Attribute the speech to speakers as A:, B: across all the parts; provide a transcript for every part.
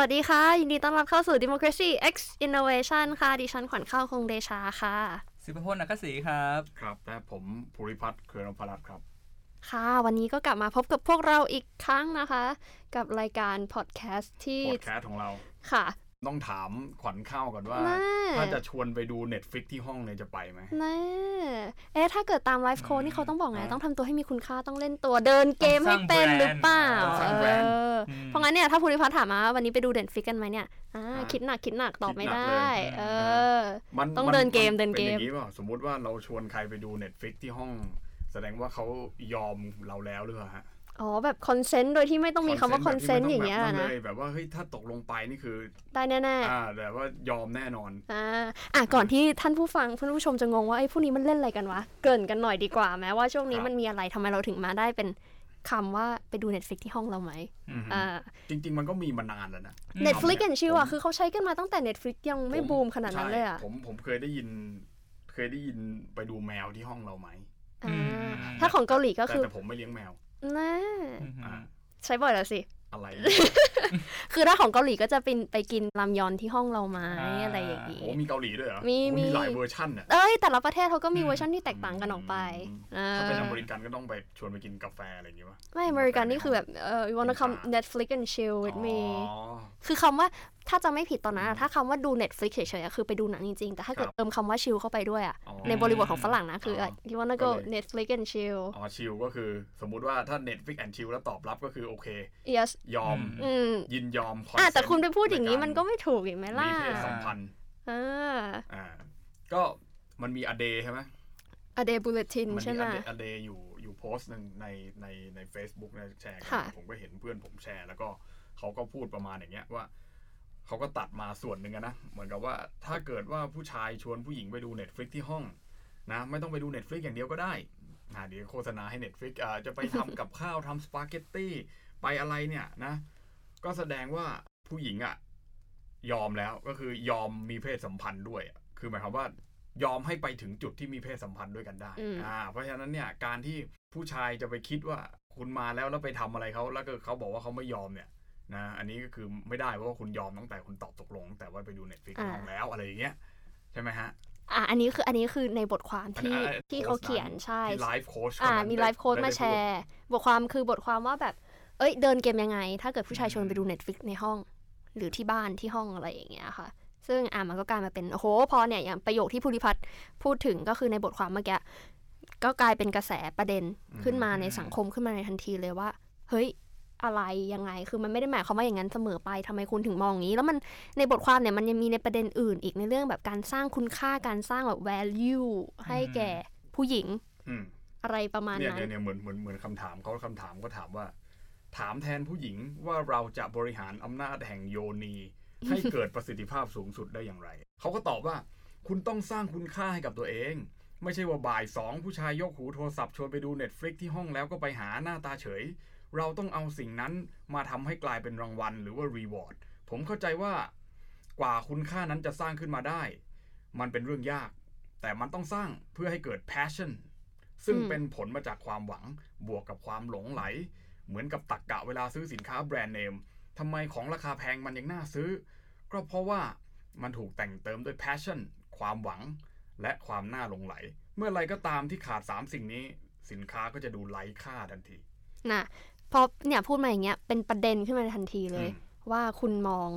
A: วัสดีค่ะ ยินดีต้อนรับเข้าสู่ Democracy X Innovation ค่ะ ดิฉันขวัญข้าวคงเดชาค่ะ
B: สิบพลนักศรีครับ
C: ครับและผมภูริพัฒน์เครือนพรัตน์ครับ
A: ค่ะ วันนี้ก็กลับมาพบกับพวกเราอีกครั้งนะคะ กับรายการพอดแคสต์ที่
C: พอดแคสต์ของเรา
A: ค่ะ
C: ต้องถามขวัญข้าวก่อนว่า
A: แม่
C: ถ้าจะชวนไปดู Netflix ที่ห้องเนี่ยจะไปไหม
A: แน่เอ๊ะถ้าเกิดตามไลฟ์โค้ดนี่เขาต้องบอกไง ต้องทำตัวให้มีคุณค่าต้องเล่นตัวเดินเกมให้เป็นหรือเปล่า
C: ต้องสร้างแบ
A: เอ
C: รนด์
A: ออ
B: ม
A: เพราะงั้นเนี่ยถ้าภูริพัฒน์ถามมาว่าวันนี้ไปดูเด่นฟิกกันไหมเนี่ยอ่า
C: อ่า
A: คิดหนักคิดหนักตอบไม่
C: คิดหนั
A: ได้
C: กเลย
A: เออ
C: มัน
A: ต้อง
C: มั
A: เดินเกม
C: ป็
A: เดินเกม
C: ป็อย่างนี้เปล่าสมมุติว่าเราชวนใครไปดู Netflix ที่ห้อง แสดงว่าเขายอมเราแล้วหรือเปล่าฮะ
A: อ๋อแบบคอนเซนต์โดยที่ไม่ต้องมีคำว่าคอนเซนต์อย่างเงี้ย
C: แบบที่ไม่ต้
A: นะ
C: แบบแบบว่าเฮ้ยถ้าตกลงไปนี่คือ
A: ได้แน่ๆ
C: อ่าแต่ว่ายอมแน่นอน
A: อ่าอ่ะก่อนที่ท่านผู้ฟังท่านผู้ชมจะงงว่าไอ้ยพวกนี้มันเล่นอะไรกันวะ เกรินกันหน่อยดีกว่าแม้ว่าช่วงนี้
C: ครับ
A: มันมีอะไรทำไมเราถึงมาได้เป็นคำว่าไปดู Netflix ที่ห้องเราไหม
C: อืม
A: อ่า
C: จริง ๆ มันก็มีมานานแล้วนะ
B: อืม
A: Netflix
C: ผม
A: and Chill อ่ะคือเขาใช้กันมาตั้งแต่ Netflix ยังไม่
C: ผ
A: บูมขนาดนั้น
C: ใช่
A: เลยอ่ะ
C: ผมผมเคยได้ยิน เคยได้ยินไปดูแมวที่ห้องเราไหม
B: อืม
A: อ่าถ้าของเกาหลีก็
C: แต่
A: คือ
C: แต่ผมไม่เลี้ยงแมว
A: น่า
B: อืม
C: อ่า
A: ใช้บ่อยแล้วสิ
C: อะไร
A: คือถ้าของเกาหลีก็จะเป็นไปกินรามยอนที่ห้องเราไหมอะไรอย่างนี้
C: โอ้มีเกาหลีด้วยเหรอ
A: มี
C: โอ้
A: มี
C: หลายเวอร์ชั่นอ่ะ
A: เอ้ยแต่ละประเทศเขาก็มี
B: อืม
A: เวอร์ชันที่แตกต่างกันออกไปอ่
C: ถ้าเป็นอา เมริกันก็ต้องไปชวนไปกินกาแฟอะไรอย่างงี้ป่ะ
A: ไม่อเมริกันนี่คือแบบเออ you wanna
C: กิน
A: come
C: ข้าว
A: Netflix and chill with me
C: อ๋อ
A: คือคำว่าถ้าจะไม่ผิดตอนนั้นอะถ้าคำว่าดู Netflix เฉยๆอะคือไปดูหนังจริงๆ แต่ถ้าเกิด
C: ครับ
A: เติมคำว่าชิลเข้าไปด้วยอะ
C: อ๋อ
A: ในบริบทของฝรั่งนะ คืออะ
C: อ๋อ
A: you wanna
C: ก็
A: go
C: เลย
A: Netflix and chill
C: อ๋อชิลก็คือ สมมุติว่าถ้า Netflix and Chill แล้วตอบรับก็คือโอเค
A: yes
C: ยอม
A: อืม
C: ยินยอม
A: อ่ะ
C: consent
A: แต่คุณไปพูดอย่างนี้
C: ใาร
A: มันก็ไม่ถูกอีกไหมล่ะ
C: มีเพศสัมพันธ์
A: อ่า
C: อ่าก็มันมีอเดใช่ไหม
A: a day bulletin
C: มั
A: ใช่
C: มี
A: ไหม
C: อเดอเดอยู่อยู่โพสต์หนึ่งในในใน a c e b o o k นะแชร์กั
A: ค่ะ
C: ผมก็เห็นเพื่อนผมแชร์ แล้วก็เขาก็พูดประมาณอย่างเงี้ยว่า เขาก็ตัดมาส่วนหนึ่งอะนะ เหมือนกับว่าถ้าเกิดว่าผู้ชายชวนผู้หญิงไปดู Netflix ที่ห้อง นะ ไม่ต้องไปดู Netflix อย่างเดียวก็ได้อ่าเดี๋ยวโฆษณาให้ Netflix อ่าจะไปทำ กับข้าวทำสปาเกตตี้ไปอะไรเนี่ยนะ ก็แสดงว่าผู้หญิงอะยอมแล้วก็คือยอมมีเพศสัมพันธ์ด้วยอะคือหมายความว่ายอมให้ไปถึงจุดที่มีเพศสัมพันธ์ด้วยกันได้
A: อืม
C: อ่าเพราะฉะนั้นเนี่ยการที่ผู้ชายจะไปคิดว่าคุณมาแล้วแล้วไปทำอะไรเขาแล้วก็เขาบอกว่าเขาไม่ยอมเนี่ย นะอันนี้ก็คือไม่ได้เพราะว่าคุณยอมตั้งแต่คุณตอบตกลง แต่ว่าไปดูเน็ตฟิก
A: อ่า
C: ลองแล้วอะไรอย่างเงี้ยใช่ไหมฮะ
A: อ่ะอันนี้คืออันนี้คือในบทความ
C: อัน
A: ที่
C: อ่ะ
A: ที่เขา
C: โพสต์
A: เขียนใช่
C: ที่ไลฟ์โค้ช
A: อ่ามีไลฟ์โค้ดมาแชร์ บทความคือบทความว่าแบบ เอ้ย เดินเกมยังไง ถ้าเกิดผู้ชายชวนไปดู Netflix ในห้อง หรือที่บ้านที่ห้องอะไรอย่างเงี้ยค่ะ ซึ่งอ่ามันก็กลายมาเป็น โอ้โห พอเนี่ย อย่างประโยคที่ภูริพัฒน์พูดถึงก็คือในบทความเมื่อกี้ก็กลายเป็นกระแสประเด็นขึ้นมาในสังคมขึ้นมาในทันทีเลยว่า เฮ้ย อะไรยังไง คือมันไม่ได้หมายความว่าอย่างนั้นเสมอไปทำไมคุณถึงมองอย่างนี้ แล้วมันในบทความเนี่ยมันยังมีในประเด็นอื่น อีกในเรื่องแบบการสร้างคุณค่าการสร้างแบบ value ให้แก่ผู้หญิง
C: อืม
A: อะไรประมาณ
C: เนี่ย
A: นั้น
C: เนี่ยเนี่ยเหมือนเหมือนเหมือนคำถามเขาคำถามก็ถามว่า ถามแทนผู้หญิงว่าเราจะบริหารอำนาจแห่งโยนี ให้เกิดประสิทธิภาพสูงสุดได้อย่างไร เขาก็ตอบว่าคุณต้องสร้างคุณค่าให้กับตัวเอง ไม่ใช่ว่าบ่ายสองผู้ชายยกหูโทรศัพท์ชวนไปดู Netflix ที่ห้องแล้วก็ไปหาหน้าตาเฉย เราต้องเอาสิ่งนั้นมาทำให้กลายเป็นรางวัลหรือว่ารีวอร์ดผมเข้าใจว่ากว่าคุณค่านั้นจะสร้างขึ้นมาได้ มันเป็นเรื่องยาก แต่มันต้องสร้างเพื่อให้เกิด passion ซึ่ง
A: อืม
C: เป็นผลมาจากความหวังบวกกับความหลงไหล เหมือนกับตักกะเวลาซื้อสินค้าแบรนด์เนมทำไมของราคาแพงมันยังน่าซื้อ ก็เพราะว่ามันถูกแต่งเติมด้วย passion ความหวัง และความน่าหลงไหล เมื่อไรก็ตามที่ขาด 3 สิ่งนี้ สินค้าก็จะดูไร้ค่าทันที
A: นะพอเนี่ยพูดมาอย่างเงี้ยเป็นประเด็นขึ้นมาในทันทีเลย
C: อืม
A: ว่าคุณมอง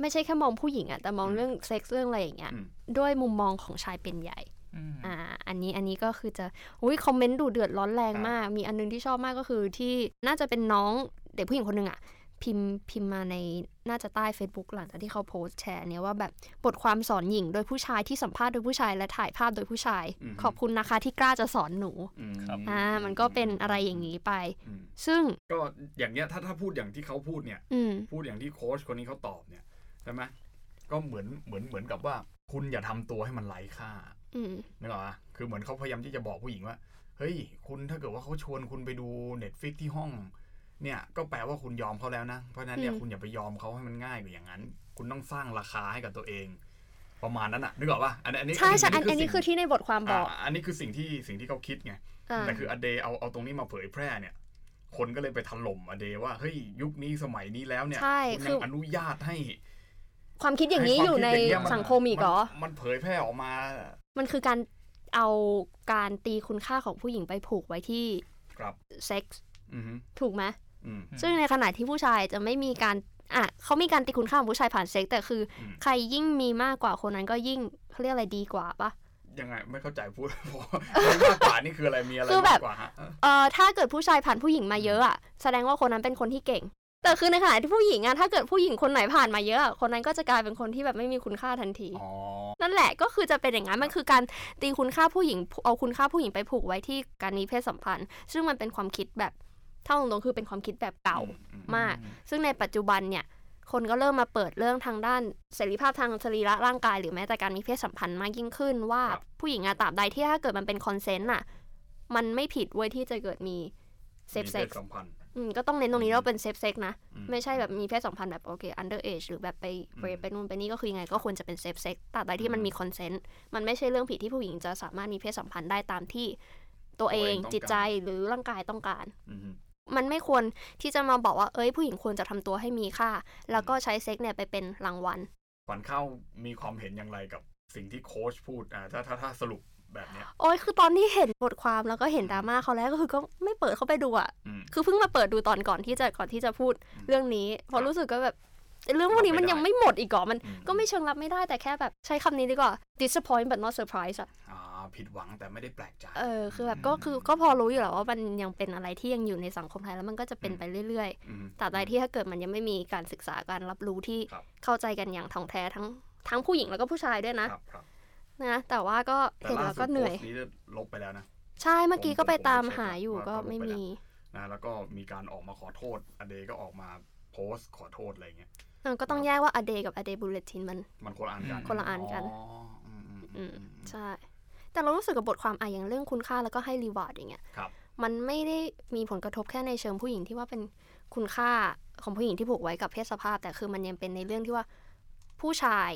A: ไม่ใช่แค่มองผู้หญิงอะแต่มอง
C: อืม
A: เรื่องเซ็กซ์เรื่องอะไรอย่างเงี้ย
C: อืม
A: ด้วยมุมมองของชายเป็นใหญ่
B: อืม
A: อ่า อันนี้อันนี้ก็คือจะอุ้ยคอมเมนต์ดูเดือดร้อนแรง
C: ครับ
A: มาก มีอันนึงที่ชอบมากก็คือที่น่าจะเป็นน้องเด็กผู้หญิงคนหนึ่งอะพิมพ์พิมพ์มาในน่าจะใต้ Facebook หลังจากที่เขาโพสต์แชร์เนี่ยว่าแบบบทความสอนหญิง โดยผู้ชายที่สัมภาษณ์โดยผู้ชายและถ่ายภาพโดยผู้ชาย ขอบคุณนะคะที่กล้าจะสอนหนู
C: อืม
B: ครับ
A: อ่ามันก็เป็นอะไรอย่างนี้ไป
C: อืม
A: ซึ่ง
C: ก็อย่างเนี้ยถ้าถ้าพูดอย่างที่เขาพูดเนี่ย
A: อืม
C: พูดอย่างที่โค้ชคนนี้เขาตอบเนี่ยใช่ไหมก็เหมือนเหมือนเหมือนกับว่า คุณอย่าทำตัวให้มันไร้ค่า
A: อืม
C: นึกออกปะคือเหมือนเขาพยายามที่จะบอกผู้หญิงว่า เฮ้ย คุณถ้าเกิดว่าเขาชวนคุณไปดูเน็ตฟิกที่ห้อง เนี่ย ก็แปลว่าคุณยอมเขาแล้วนะ เพราะฉะนั้นเนี่ย
A: อืม
C: คุณอย่าไปยอมเขาให้มันง่ายกว่าอย่างนั้น คุณต้องสร้างราคาให้กับตัวเอง ประมาณนั้นอ่ะ นึกออกปะอันนี้อันนี้
A: ใช่ใช่อันอันนี้คือ
C: สิ่ง
A: ที่ในบทความบอก
C: อ่าอันนี้คือสิ่งที่สิ่งที่เขาคิดไง
A: อ่า
C: แต่คืออเดย์เอาเอาตรงนี้มาเผยแพร่เนี่ย คนก็เลยไปถล่มอเดว่าเฮ้ยยุคนี้สมัยนี้แล้วเนี่ย
A: ใช่
C: คุณ
A: คื
C: ยั
A: อ
C: งอนุญาตให้
A: ความคิดอย่างนี้
C: ให้ควม
A: อยู่ใน
C: คิดางเงี้ยน
A: สังคมอีกเหรอ
C: นมันเผยแพร่ออกมา
A: มันคือการเอาการตีคุณค่าของผู้หญิงไปผูกไว้ที่
C: ครับ
A: เซ็กส์
C: อือฮึ
A: ถูกไหม
C: อืม
A: ซึ่งในขณะที่ผู้ชายจะไม่มีการอ่ะเขามีการตีคุณค่าของผู้ชายผ่านเซ็กส์แต่คืออ
C: ม
A: ใครยิ่งมีมากกว่าคนนั้นก็ยิ่งเขาเรียกอะไรดีกว่าปะ
C: ยังไงไม่เข้าใจพูด ผมมากกว่านี่คืออะไรมีอะไร
A: คือแบ
C: มา
A: บ
C: กกว่าฮะเออ
A: เอ่อถ้าเกิดผู้ชายผ่านผู้หญิงมาเยอะอะแสดงว่าคนนั้นเป็นคนที่เก่ง แต่คือในขณะที่ผู้หญิงอะถ้าเกิดผู้หญิงคนไหนผ่านมาเยอะอะคนนั้นก็จะกลายเป็นคนที่แบบไม่มีคุณค่าทันที
C: อ๋อ
A: นั่นแหละก็คือจะเป็นอย่างนั้นมันคือการตีคุณค่าผู้หญิงเอาคุณค่าผู้หญิงไปผูกไว้ที่การมีเพศสัมพันธ์ ซึ่งมันเป็นความคิดแบบถ้าตรงๆคือเป็นความคิดแบบเก่า
C: อืม
A: มาก ซึ่งในปัจจุบันเนี่ย คนก็เริ่มมาเปิดเรื่องทางด้านเสรีภาพทางสรีระร่างกายหรือแม้แต่การมีเพศสัมพันธ์มากยิ่งขึ้นว่าผู้หญิงอะตราบใดที่ถ้าเกิดมันเป็นคอนเซนต์อะมันไม่ผิดเว้ยที่จะเกิดมีเซฟ
C: มี
A: เซ็
C: พ
A: ก
C: ศ
A: ซ์
C: สัมพันธ์
A: ก็ต้องเน้นตรงนี้ว่าเป็นเซฟเซ็กนะ
C: อื
A: ไม่ใช่แบบมีเพศสัมพันธ์แบบโอเค under age หรือแบบไปเรไปนู่นไปนี่ก็คือยังไงก็ควรจะเป็น safe sex ตราบใดที่มันมี consent มันไม่ใช่เรื่องผิดที่ผู้หญิงจะสามารถมีเพศสัมพันธ์ได้ตามที่ตัวเองจิตใจหรือร่างกายต้องการ
C: อืม
A: มันไม่ควรที่จะมาบอกว่าเอ้ยผู้หญิงควรจะทำตัวให้มีค่า แล้วก็ใช้เซ็กเนี่ยไปเป็นรางวัล
C: ขวัญเข้ามีความเห็นอย่างไรกับสิ่งที่โค้ชพูดอ่าถ้าถ้าถ้าสรุปแบบเนี้ย
A: โอ้ยคือตอนที่เห็นบทความแล้วก็เห็นดราม่าเขาแล้วก็คือก็ไม่เปิดเข้าไปดูอะ
C: อืม
A: คือเพิ่งมาเปิดดูตอนก่อนที่จะก่อนที่จะพูด
C: อืม
A: เรื่องนี้เพอ
C: ครับ
A: รู้สึกก็แบบเรื่องพวกนี้มันยังไม่หมดอีกเหรอมัน
C: อื
A: ก็ไม่เชิงรับไม่ได้แต่แค่แบบใช้คำนี้ดีกว่า disappoint but not surprise อะ
C: อ่าผิดหวังแต่ไม่ได้แปลกใจ
A: เออคือแบบก็คือก็พอรู้อยู่แล้วว่ามันยังเป็นอะไรที่ยังอยู่ในสังคมไทยแล้วมันก็จะเป็น
C: อืม
A: ไปเรื่อย
C: อืม
A: ๆตราบใดที่ถ้าเกิดมันยังไม่มีการศึกษาการรับรู้ที่
C: ครับ
A: เข้าใจกันอย่างท่องแท้ทั้งทั้งผู้หญิงแล้วก็ผู้ชายด้วยนะครับ
C: ครับ
A: นะแต่ว่าก็
C: แต่
A: เห็น
C: ล่า
A: แล้ว
C: สุ
A: ก็
C: ด
A: เห
C: โพ
A: นื่
C: ส
A: อย
C: ต์นี้จะลบไปแล้วนะ
A: ใช่เมื่อกี้
C: ผม
A: ก็ไป
C: ผมก็
A: ตาม
C: เช็ค
A: หา
C: แล้ว
A: อยู่
C: ว่า
A: ก็
C: เขาลง
A: ไม่
C: ไปแล้ว
A: มี
C: นะแล้วก็มีการออกมาขอโทษอเดก็ออกมาโพสต์ขอโทษอะไรเงี้ย
A: อ่ะก็ต้องแยกว่า a day กับ a day bulletin มัน
C: มันคนละอันกัน
A: คนละอันกัน
C: อ๋ออืมอืมอื
A: อื
C: ม
A: ม
C: อืม
A: ใช่ แต่เรารู้สึกกับบทความอะอย่างเรื่องคุณค่าแล้วก็ให้รีวอร์ดอย่างเงี้ย
C: ครับ
A: มันไม่ได้มีผลกระทบแค่ในเชิงผู้หญิงที่ว่าเป็นคุณค่าของผู้หญิงที่ผูกไว้กับเพศสภาพ แต่คือมันยังเป็นในเรื่องที่ว่าผู้ชาย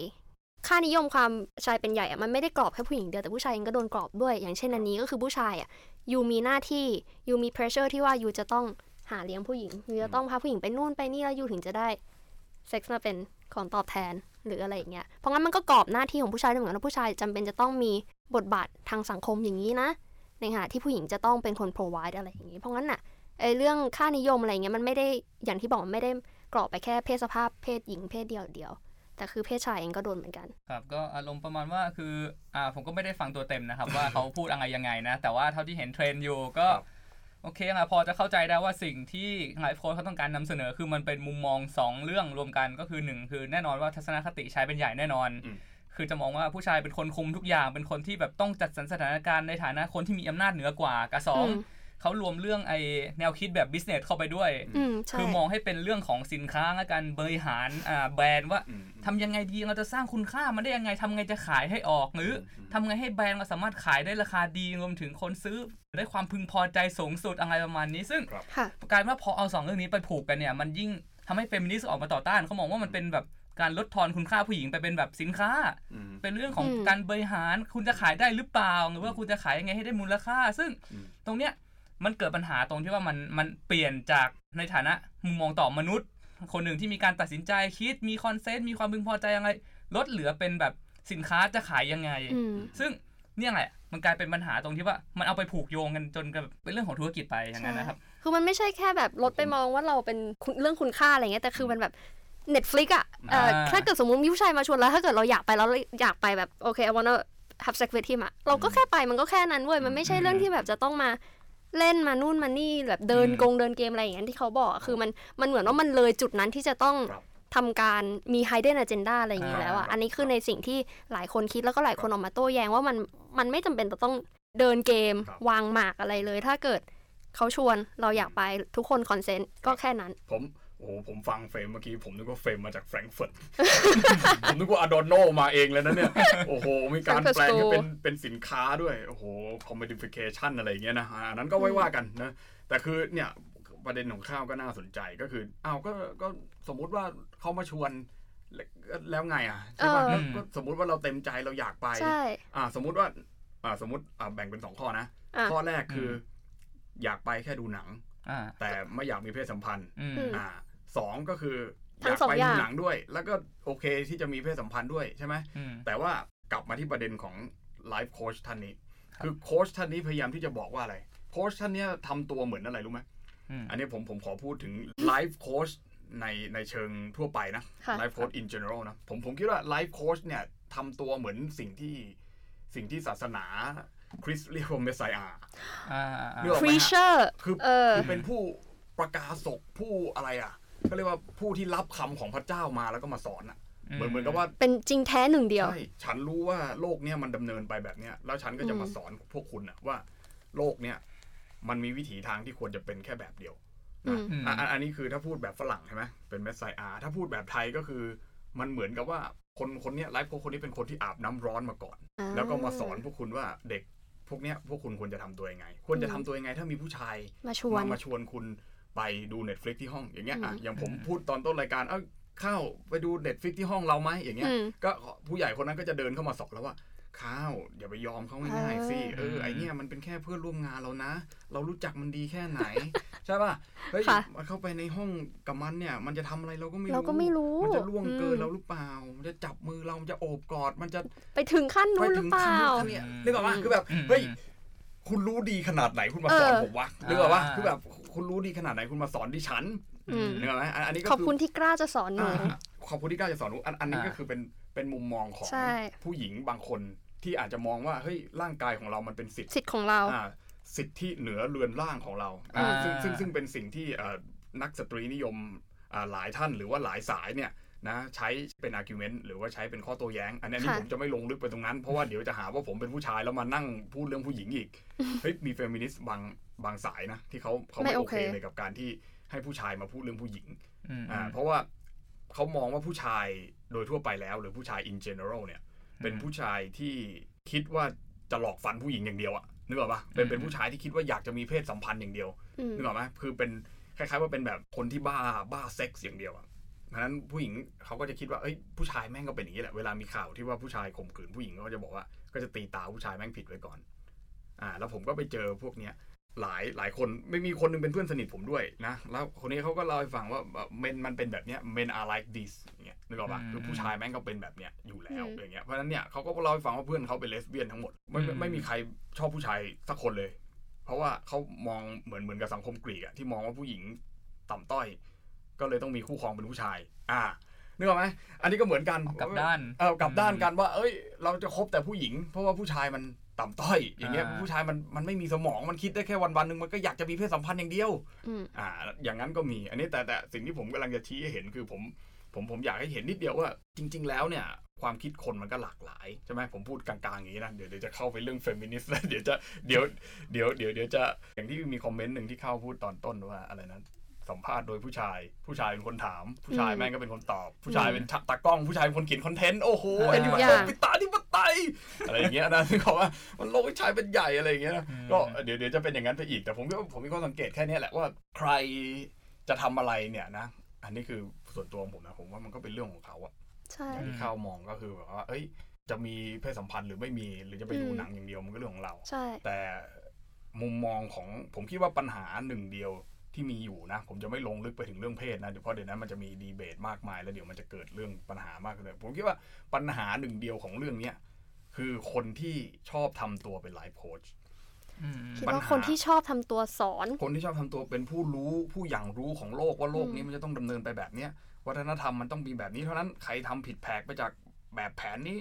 A: ค่านิยมความชายเป็นใหญ่อะมันไม่ได้กรอบแค่ผู้หญิงเดียวแต่ผู้ชายเองก็โดนกรอบด้วย อย่างเช่นอันนี้ก็คือผู้ชายอะยูมีหน้าที่ยูมี pressure ที่ว่ายูจะต้องหาเลี้ยงผู้หญิงยูจะต้องพาผู้หญิงไปนู่นไปนี่แล้วยูถึงจะได้ เซ็กซ์มาเป็นของตอบแทนหรืออะไรอย่างเงี้ย เพราะงั้นมันก็กรอบหน้าที่ของผู้ชายด้วยเหมือนกันว่าผู้ชายจำเป็นจะต้องมีบทบาททางสังคมอย่างนี้นะ ในขณะที่ผู้หญิงจะต้องเป็นคน provide อะไรอย่างนี้ เพราะงั้นน่ะไอเรื่องค่านิยมอะไรเงี้ยมันไม่ได้อย่างที่บอกมันไม่ได้กรอบไปแค่เพศสภาพเพศหญิงเพศเดียวเดียว แต่คือเพศชายเองก็โดนเหมือนกัน
B: ครับก็อารมณ์ประมาณว่าคืออ่าผมก็ไม่ได้ฟังตัวเต็ม นะครับ ว่าเขาพูดอะไรยังไงนะ แต่ว่าเท่าที่เห็นเทรนด์อยู่ก็
C: ครับ
B: โอเคนะพอจะเข้าใจได้ว่าสิ่งที่ไลฟ์โค้ชเขาต้องการนำเสนอคือมันเป็นมุมมองสองเรื่องรวมกันก็คือหนึ่งคือแน่นอนว่าทัศนคติชายเป็นใหญ่แน่นอน
C: อืม
B: คือจะมองว่าผู้ชายเป็นคนคุมทุกอย่าง เป็นคนที่แบบต้องจัดสรรสถานการณ์ในฐานะคนที่มีอำนาจเหนือกว่ากับสอง
A: อืม
B: เขารวมเรื่องไอแนวคิดแบบบิสเนสเข้าไปด้วย
A: อืมใช่
B: คือมองให้เป็นเรื่องของสินค้าและการบริหารอ่าแบรนด์ว่า
C: อืม
B: ทำยังไงดีเราจะสร้างคุณค่ามันได้ยังไงทำไงจะขายให้ออก หรือ
C: ม
B: ทำไงให้แบรนด์เราสามารถขายได้ราคาดีรวมถึงคนซื้อ ได้ความพึงพอใจสูงสุดอะไรประมาณนี้ ซึ่ง
A: ค่ะ
B: กลายเป็นว่าพอเอาสองเรื่องนี้ไปผูกกันเนี่ย มันยิ่งทำให้เฟมินิสต์ออกมาต่อต้านเขามองว่ามันเป็นแบบการลดทอนคุณค่าผู้หญิงไปเป็นแบบสินค้า
C: อืม
B: เป็นเรื่องของ
A: อืม
B: การบริหารคุณจะขายได้หรือเปล่า หรือว่าคุณจะขายยังไงให้ได้มูลค่า ซึ่ง
C: อืม
B: ตรงเนี้ยมันเกิดปัญหาตรงที่ว่ามันมันเปลี่ยนจากในฐานะมุมมองต่อมนุษย์ คนหนึ่งที่มีการตัดสินใจคิดมีคอนเซนต์มีความพึงพอใจยังไงลดเหลือเป็นแบบสินค้าจะขายยังไง
A: อืม
B: ซึ่งเนี่ยแหละมันกลายเป็นปัญหาตรงที่ว่ามันเอาไปผูกโยงกันจนกับเป็นเรื่องของธุรกิจไปอย่างนั้นนะครับ
A: คือมันไม่ใช่แค่แบบลดไปมองว่าเราเป็นคุณเรื่องคุณค่าอะไรเงี้ยแต่คือมันแบบ Netflix อ่ะเอ่อ
B: อ่า
A: ถ้าเกิดสมมติมีผู้ชายมาชวนแล้ว ถ้าเกิดเราอยากไปแล้วเราอยากไปแบบโอเค I wanna have sex with him อะเราก็แค่ไปมันก็แค่นั้นเว้ยมันไม่ใช่เรื่องที่แบบจะต้องมาเล่นมานู่นมานี่แบบเดิน
B: อืม
A: กงเดินเกมอะไรอย่างเงี้ยที่เขาบอกอะคือมันมันเหมือนว่ามันเลยจุดนั้นที่จะต้อง
C: ครับ
A: ทำการมี hidden agenda อะไรอย่างเงี้ยแล้วอะ
C: อ่า
A: อันนี้คือในสิ่งที่หลายคนคิดแล้วก็หลายคนออกมาโต้แย้งว่ามันมันไม่จำเป็นจะต้องเดินเกม
C: ครับ
A: วางหมากอะไรเลย ถ้าเกิด เขาชวนเราอยากไปทุกคนคอนเซนต์ก็แค่นั้น
C: ผมโอ้โหผมฟังเฟรมเมื่อกี้ ผมนึกว่าเฟรมมาจากแฟรงก์เฟิร์ต ผมนึกว่าอดอนโนมาเองแล้วนะเนี่ย โอ้โห มีการ
A: Frankfurt
C: แปลงให้
A: School
C: เป็นเป็นสินค้าด้วย โอ้โหคอม m o d i f i c a t i o n อะไรอย่างเงี้ยนะอ่าอันนั้นก็ไว้ว่ากันนะ แต่คือเนี่ยประเด็นของข้าวก็น่าสนใจก็คืออ้าวก็ก็สมมุติว่าเขามาชวนแล้วแล้วไงอ่ะใช่ป่ะ
A: เออ
C: ก็สมมุติว่าเราเต็มใจเราอยากไป
A: ใช่
C: อ่าสมมุติว่าอ่าสมมติอ่าแบ่งเป็นสองข้อนะ
A: อ่ะ
C: ข้อแรกคืออ อยากไปแค่ดูหนัง
B: อ่า
C: แต่ไม่อยากมีเพศสัมพันธ์
B: อืม
A: ม
C: อ่าสองก็คือ
A: ทั้งสอง
C: ไป
A: อ
C: ดู
A: ย่าง
C: หนังด้วย แล้วก็โอเคที่จะมีเพศสัมพันธ์ด้วยใช่ไหม
B: อืม
C: แต่ว่ากลับมาที่ประเด็นของไลฟ์โค้ชท่านนี้
B: ครับ
C: คือโค้ชท่านนี้พยายามที่จะบอกว่าอะไร โค้ชท่านเนี้ยทำตัวเหมือนอะไรรู้ไหม
B: อืม
C: อันนี้ผมผมขอพูดถึงไลฟ์โค้ชในในเชิงทั่วไปนะ
A: ค่ะ
C: ไลฟ์โค้ช in general นะ ผมผมคิดว่าไลฟ์โค้ชเนี่ยทำตัวเหมือนสิ่งที่สิ่งที่ศาสนาคริสต์เรียกว่าเมสไซอา
B: อ่าอ่าอ่า
C: เลือก
A: preacher
C: คือ
A: เออ
C: คือเป็นผู้ประกาศกผู้อะไรอ่ะก็เรียกว่าผู้ที่รับคำของพระเจ้ามาแล้วก็มาสอนอ่ะเหมือนเหมือนกับว่า
A: เป็นจริงแท้หนึ่งเดียว
C: ใช่ ฉันรู้ว่าโลกเนี่ยมันดำเนินไปแบบเนี้ย แล้วฉันก็จะมา
A: อืม
C: สอนพวกคุณนะว่า โลกเนี่ยมันมีวิถีทางที่ควรจะเป็นแค่แบบเดียวนะ
A: อืม
C: อ่ะอ่ะอันนี้คือถ้าพูดแบบฝรั่งใช่ไหมเป็นแมสไซอาถ้าพูดแบบไทยก็คือ มันเหมือนกับว่าคนคนเนี้ยไลฟ์โค้ชคนนี้เป็นคนที่อาบน้ำร้อนมาก่อน
A: อ่
C: แล้วก็มาสอนพวกคุณว่าเด็กพวกเนี้ยพวกคุณควรจะทำตัวยังไง ควรจะทำตัวยังไง ถ้ามีผู้ชาย
A: มาชวน
C: มามาชวนคุณไปดู Netflix ที่ห้องอย่างเงี้ยอ่ะ
A: อืม
C: อย่างผม
B: อืม
C: พูดตอนต้นรายการเอ้าข้าวไปดู Netflix ที่ห้องเราไหมอย่างเงี้ย
A: อืม
C: ก็ผู้ใหญ่คนนั้นก็จะเดินเข้ามาสอนแล้วว่า ข้าวอย่าไปยอมเขาง่ายๆสิเอ
B: เออ
C: อไอเนี่ยมันเป็นแค่เพื่อนร่วมงานเรานะ เรารู้จักมันดีแค่ไหน ใช่ป่ะเฮ้ย
A: ค่ะ
C: มันเข้าไปในห้องกับมันเนี่ย มันจะทำอะไรเราก็ไม่
A: เราก็ไม่รู้
C: มันจะล่วงเกิน
A: อืม
C: เราหรือเปล่า มันจะจับมือเรามันจะโอบกอดมันจะ
A: ไปถึงขั้นนู้นหรือเปล่า
C: ไปถึงขั้นเนี่ยนึกออกปะคือแบบ
B: อืม
C: เฮ้ยคุณรู้ดีขนาดไหนคุณมาสอน
A: เออ
C: ผมวะนึกออกปะ
B: อ่า
C: คือแบบคุณรู้ดีขนาดไหนคุณมาสอนดิฉัน
A: อืม
C: นึกออกไหมอันอันนี้ก็
A: ขอบ
C: คื
A: คุณที่กล้าจะสอนหนู
C: อ่าขอบคุณที่กล้าจะสอนหนูอันอันนี้ก็คือเป็นเป็นมุมมองของ
A: ใช่
C: ผู้หญิงบางคนที่อาจจะมองว่าเฮ้ยร่างกายของเรามันเป็นสิทธิ์
A: สิทธิ์ของเรา
C: อ่าสิทธิเหนือเรือนร่างของเราอ่า
A: อืม
C: ซึ่งซึ่งซึ่งเป็นสิ่งที่เอ่อนักสตรีนิยมอ่าหลายท่านหรือว่าหลายสายเนี่ยนะใช้เป็นอาร์กิวเมนต์หรือว่าใช้เป็นข้อโต้แย้ง อันนี้อันนี้
A: ค่ะ
C: ผมจะไม่ลงลึกไปตรงนั้น เพราะว่าเดี๋ยวจะหาว่าผมเป็นผู้ชายแล้วมานั่งพูดเรื่องผู้หญิงอีก เฮ้ยมีเฟมินิสต์บางบางสายนะ ที่เขาเขา
A: ไม่
C: ไม่
A: โอ
C: โอ
A: เค
C: เคเลยกับการที่ให้ผู้ชายมาพูดเรื่องผู้หญิง
B: อืม
C: อ่าเพราะว่าเขามองว่าผู้ชายโดยทั่วไปแล้ว หรือผู้ชาย in general เนี่ย เป็นผู้ชายที่คิดว่าจะหลอกฟันผู้หญิงอย่างเดียวอะนึกออกปะเป็นเป็นผู้ชายที่คิดว่าอยากจะมีเพศสัมพันธ์อย่างเดียว
A: อืม
C: นึกออกไหมคือเป็นคล้ายๆว่าเป็นแบบคนที่บ้าบ้าเซ็กซ์อย่างเดียวอะเพราะฉะนั้นผู้หญิงเขาก็จะคิดว่าเอ้ยผู้ชายแม่งก็เป็นอย่างนี้แหละเวลามีข่าวที่ว่าผู้ชายข่มขืนผู้หญิงก็จะบอกว่าก็จะตีตาผู้ชายแม่งผิดไว้ก่อนอ่าแล้วผมก็ไปเจอพวกเนี้ย หลายหลายคนไม่มีคนหนึงเป็นเพื่อนสนิทผมด้วยนะ แล้วคนนี้เขาก็เล่าให้ฟังว่าเมนมันเป็นแบบเนี้ยเมน are like this อย่างเงี้ยนึกออกปะคือผู้ชายแม่งก็เป็นแบบเนี้ยอยู่แล้วอย่างเงี้ยเพราะฉะนั้นเนี่ยเขาก็เล่าให้ฟังว่าเพื่อนเขาเป็นเลสเบี้ยนทั้งหมดไม่ไม่ไม่มีใครชอบผู้ชายสักคนเลย เพราะว่าเขามองเหมือนเหมือนกับสังคมกรีกอะที่มองว่าผู้หญิงต่ำต้อย ก็เลยต้องมีคู่ครองเป็นผู้ชาย อ่านึกออกไหมอันนี้ก็เหมือนกัน
B: กลับด้าน
C: เออกลับด้านกันว่า เอ้ย เราจะคบแต่ผู้หญิง เพราะว่าผู้ชายมันต่ำต้อย อย่างเงี้ย
B: อ่า
C: ผู้ชายมันมันไม่มีสมอง มันคิดได้แค่วันวันๆหนึ่งมันก็อยากจะมีเพศสัมพันธ์อย่างเดียว
A: อืม
C: อ่า อย่างนั้นก็มี อันนี้แต่แต่สิ่งที่ผมกำลังจะชี้ให้เห็นคือผม ผมผมอยากให้เห็นนิดเดียวว่า จริง ๆ แล้วเนี่ย ความคิดคนมันก็หลากหลายใช่ไหมผมพูดกลางๆอย่างนี้นะ เดี๋ยวเดี๋ยวจะเข้าไปเรื่องเฟมินิสต์แล้วเดี๋ยวจะเดี๋ยวเดี๋ยวเดี๋ยวเดี๋ยวจะอย่างที่มีคอมเมนต์หนึ่งที่เข้าพูดตอนต้นว่าอะไรนะสัมภาษณ์โดยผู้ชาย ผู้ชายเป็นคนถาม ผู้ชาย
A: อืม
C: แม่งก็เป็นคนตอบ ผู้ชายเป็นตากล้องผู้ชายเป็นคนเขียนคอนเทนต์โอ้โหไอ้นี่มัน
A: ทุกอ
C: โล
A: ย่าก ง
C: ปิตาธิปไตยอะไรอย่างเงี้ยนะ ที่เขาว่ามันโลกผู้ชายเป็นใหญ่อะไรอย่างเงี้ยนะ
B: อืม
C: ก็เดี๋ยวเดี๋ยวจะเป็นอย่างนั้นไปอีกแต่ผมก็ผมมีข้อสังเกตแค่เนี้ยแหละว่าใครจะทำอะไรเนี่ยนะ อันนี้คือส่วนตัวของผมนะผมว่ามันก็เป็นเรื่องของเขาอะ
A: ใช่
C: อย่างที่ข้าวมองก็คือแบบว่า เอ้ย จะมีเพศสัมพันธ์หรือไม่มีหรือจะไปดู
A: อืม
C: หนังอย่างเดียวมันก็เรื่องของเรา
A: ใช่
C: แต่มุมมองของผมคิดว่าปัญหาหนึ่งเดียวที่มีอยู่นะ ผมจะไม่ลงลึกไปถึงเรื่องเพศนะเดี๋ยวเพราะเดี๋ยวนั้นมันจะมีดีเบตมากมาย แล้วเดี๋ยวมันจะเกิดเรื่องปัญหามากเลยผมคิดว่าปัญหาหนึ่งเดียวของเรื่องเนี้ยคือคนที่ชอบทำตัวเป็นไลฟ์โค้ช
B: อืม
A: คิด
C: ปัญ
A: ว่า
C: หา
A: คนที่ชอบทำตัวสอน
C: คนที่ชอบทำตัวเป็นผู้รู้ผู้อย่างรู้ของโลกว่าโลกนี้มันจะต้องดำเนินไปแบบเนี้ยวัฒนธรรมมันต้องมีแบบนี้เท่านั้นใครทำผิดแผกไปจากแบบแผนนี้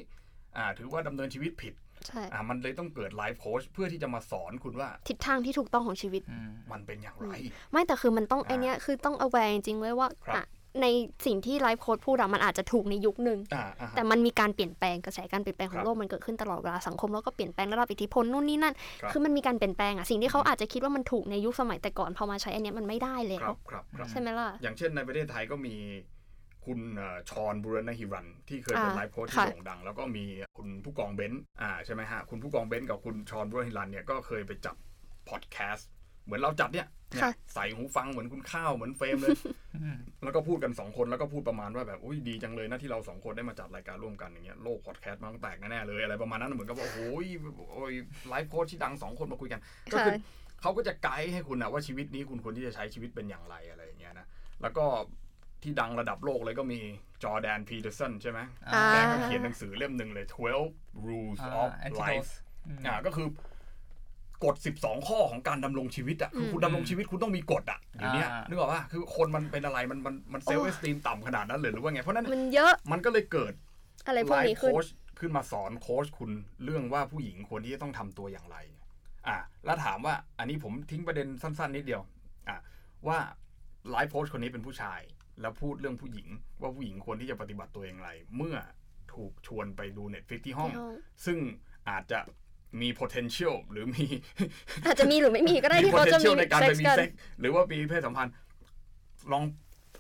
C: อ่าถือว่าดำเนินชีวิตผิด
A: ใช่
C: อ่ามันเลยต้องเกิดไลฟ์โค้ชเพื่อที่จะมาสอนคุณว่า
A: ทิศทางที่ถูกต้องของชีวิต
B: อืม
C: มันเป็นอย่างไร
A: ไม่แต่คือมันต้อง
C: อ่า
A: ไอเนี้ยคือต้อง aware จริงๆไว้ยว่า
C: ครับ
A: อะในสิ่งที่ไลฟ์โค้ดพูดอะมันอาจจะถูกในยุคหนึ่ง
C: อ่าอ่าฮะ
A: แต่มันมีการเปลี่ยนแปลงกระแสการเปลี่ยนแปลงขอ
C: ครั
A: ง
C: บ
A: โลกมันเกิดขึ้นตลอดเวลาสังคมแล้วก็เปลี่ยนแปลงระดับอิทธิพลนู่นนี่นั่น
C: ครับ
A: คือมันมีการเปลี่ยนแปลงอะสิ่งที่เขาอาจจะคิดว่ามันถูกในยุคสมัยแต่ก่อนพอมาใช้อันเนี้ยมันไม่ได้แล้
C: คว รับครับครับ
A: ใช่ไหมล่ะ
C: อย่างเช่นในประเทศไทยก็มีคุณเอ่อชอนบุรณหิรัน ที่เคยเป็น
A: อ่า
C: ไลฟ์โค้ชที่
A: ค่ะ
C: โด่งดัง แล้วก็มีคุณผู้กองเบนซ์อ่าใช่ไหมฮะ คุณผู้กองเบนซ์กับคุณชอนบุรณหิรันเนี่ยก็เคยไปจับพอดแคสต์เหมือนเราจัดเนี่ยเนี่ย
A: ค่ะ
C: ใส่หูฟังเหมือนคุณข้าวเหมือนเฟรมเลย แล้วก็พูดกันสองคนแล้วก็พูดประมาณว่าแบบอุ้ยดีจังเลยนะที่เราสองคนได้มาจัดรายการร่วมกันอย่างเงี้ยโลกพอดแคสต์มันต้องแตกแน่ๆเลยอะไรประมาณนั้นเหมือนกับว่าโอ้ยโอ้ยไลฟ์โค้ชที่ดังสองคนมาคุยกัน ก็คือ เขาก็จะไกด์ให้คุณนะว่าชีวิตนี้คุณควรที่จะใช้ชีวิตเป็นอย่างไรอะไรอย่างเงี้ยนะ แล้วก็ที่ดังระดับโลกเลยก็มีจอแดนพีเ e อร์สันใช่ไหม
A: อ่า
C: แกก็เขียนหนังสือเล่มหนึ่งเลย 12 rules
B: อ่า
C: of life
B: antidote อืม
C: อ่าก็คือกฎ 12 ข้อของการดำรงชีวิตอ่ะคืออ
A: ม
C: คุณดำรงชีวิตคุณต้องมีกฎอ่ะเดี๋ยวเนี้ย
B: อ่านึ
C: นึกออกป่ะคือคนมันเป็นอะไรมันมันมันเซลล์เอสตีมต่ำขนาดนั้นเลยหรือว่าไง เพราะฉะนั้น
A: มันเยอะ
C: มันก็เลยเกิด
A: อะไรพ
C: ไล
A: วกนี้
C: ฟ์
A: ขึ้น
C: โค้ชขึ้นมาสอนโค้ชคุณเรื่องว่าผู้หญิงควรที่จะต้องทำตัวอย่างไรเนี่ยอ่ะแล้วถามว่าอันนี้ผมทิ้งประเด็นสั้น ๆ นิดเดียวอ่ะว่าไลฟ์โค้ชคนนี้เป็นผู้ชาย แล้วพูดเรื่องผู้หญิง ว่าผู้หญิงควรที่จะปฏิบัติตัวเอย่างไร เมื่อถูกชวนไปดู Netflix ที่ห้อง
A: ที่ห้อง
C: ซึ่งอาจจะมี potential หรือมี
A: อาจจะมีหรือไม่มีก็ได้
C: มี
A: ที่เขาจะ
C: potential ใน
A: มี
C: การ
A: เซ็ก
C: ไป
A: ซ์
C: มี
A: กัน
C: เซ็กหรือว่ามีเพศสัมพันธ์ ลอง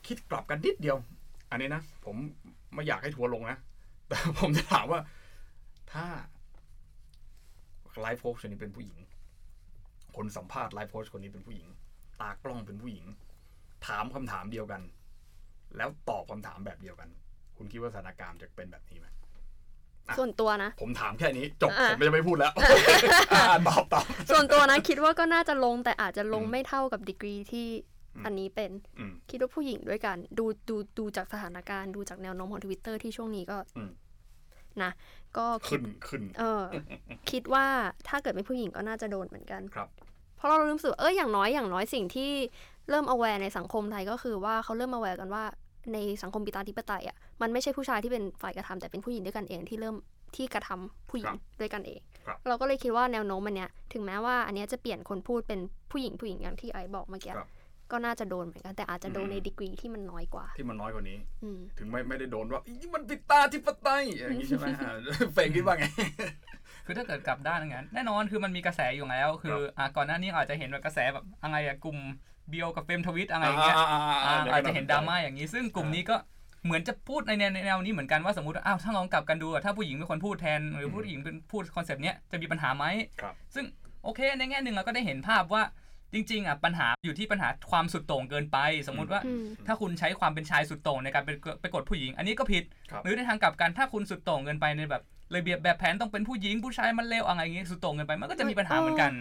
C: คิดกลับกันนิดเดียว อันนี้นะ ผมไม่อยากให้ทัวร์ลงนะ แต่ผมจะถามว่า ถ้าไลฟ์โค้ชคนนี้เป็นผู้หญิง คนสัมภาษณ์ไลฟ์โค้ชคนนี้เป็นผู้หญิง ตากล้องเป็นผู้หญิง ถามคำถามเดียวกัน แล้วตอบคำถามแบบเดียวกัน คุณคิดว่าสถานการณ์จะเป็นแบบนี้ไหม อ่ะ
A: ส่วนตัวนะ
C: ผมถามแค่นี้ จบ
A: อ่ะ
C: ผมจะไม่พูดแล้ว อ่ะตอบตอบ
A: ส่วนตัวนะ คิดว่าก็น่าจะลงแต่อาจจะลง
C: อืม
A: ไม่เท่ากับดีกรีที่
C: อืม
A: อันนี้เป็น
C: อืม
A: คิดว่าผู้หญิงด้วยกัน ดูดูดูจากสถานการณ์ดูจากแนวโน้มของทวิตเตอร์ที่ช่วงนี้ก็
C: อืม
A: นะก็คิ
C: ขึ้
A: ด
C: นขึ้น
A: เออ คิดว่าถ้าเกิดเป็นผู้หญิงก็น่าจะโดนเหมือนกัน
C: ครับ
A: เพราะเราเริ่มรู้สึกว่าเอออย่างน้อยอย่างน้อยสิ่งที่เริ่ม aware ในสังคมไทยก็คือว่าเขาเริ่ม aware กันว่าในสังคมปิตาธิปไตยอ่ะมันไม่ใช่ผู้ชายที่เป็นฝ่ายกระทำแต่เป็นผู้หญิงด้วยกันเองที่เริ่มที่กระทำผู้หญิ
C: ครั
A: ง
C: บ
A: ด้วยกันเอง
C: ครับ
A: เราก็เลยคิดว่าแนวโน้มมันเนี้ยถึงแม้ว่าอันเนี้ยจะเปลี่ยนคนพูดเป็นผู้หญิงผู้หญิงอย่างที่ไอซ์บอกเมื่อกี้ก็น่าจะโดนเหมือนกันแต่อาจจะโดนในดีกรีที่มันน้อยกว่า
C: ที่มันน้อยกว่านี้
A: อืม
C: ถึงไม่ไม่ได้โดนว่าอีนี่มันปิดตาที่ปไตยอย่างนี้ใช่ไหมฮะ เฟงคิดว่าไง
B: คือถ้าเกิดกลับด้านอย่างนั้นแน่นอนคือมันมีกระแสอยู่แล้ว คืออ่ะก่อนหน้านี้อาจจะเห็นแบบกระแสแบบอะไรอะกลุ่มเบียวกับเฟมทวิตอะไรอย่างเงี้ยอ่ะอาจจะเห็นดราม่าอย่างนี้ ซึ่งกลุ่มนี้ก็เหมือนจะพูดในแนวแนวนี้เหมือนกันว่าสมมติว่าอ้าวถ้าลองกลับกันดูอะถ้าผู้หญิงเป็นคนพูดแทน หรือผู้หญิงเป็นพูดคอนเซปต์เนี้ยจะมีปัญหาไหม
C: ครับ
B: ซึ่งโอเคในแง่หนึ่งเราก็ได้เห็นภาพว่าจริงๆอ่ะปัญหาอยู่ที่ปัญหาความสุดโต่งเกินไป สมมติว่า
A: อืม
B: ถ้าคุณใช้ความเป็นชายสุดโต่งในการไปกดไปกดผู้หญิง อันนี้ก็ผิด
C: ครับ
B: หรือในทางกลับกันถ้าคุณสุดโต่งเกินไปในแบบระเบียบแบบแผนต้องเป็นผู้หญิงผู้ชายมันเลวอะไรอย่างงี้สุดโต่งเกินไปมันก็จะมีปัญหาเหมือนกัน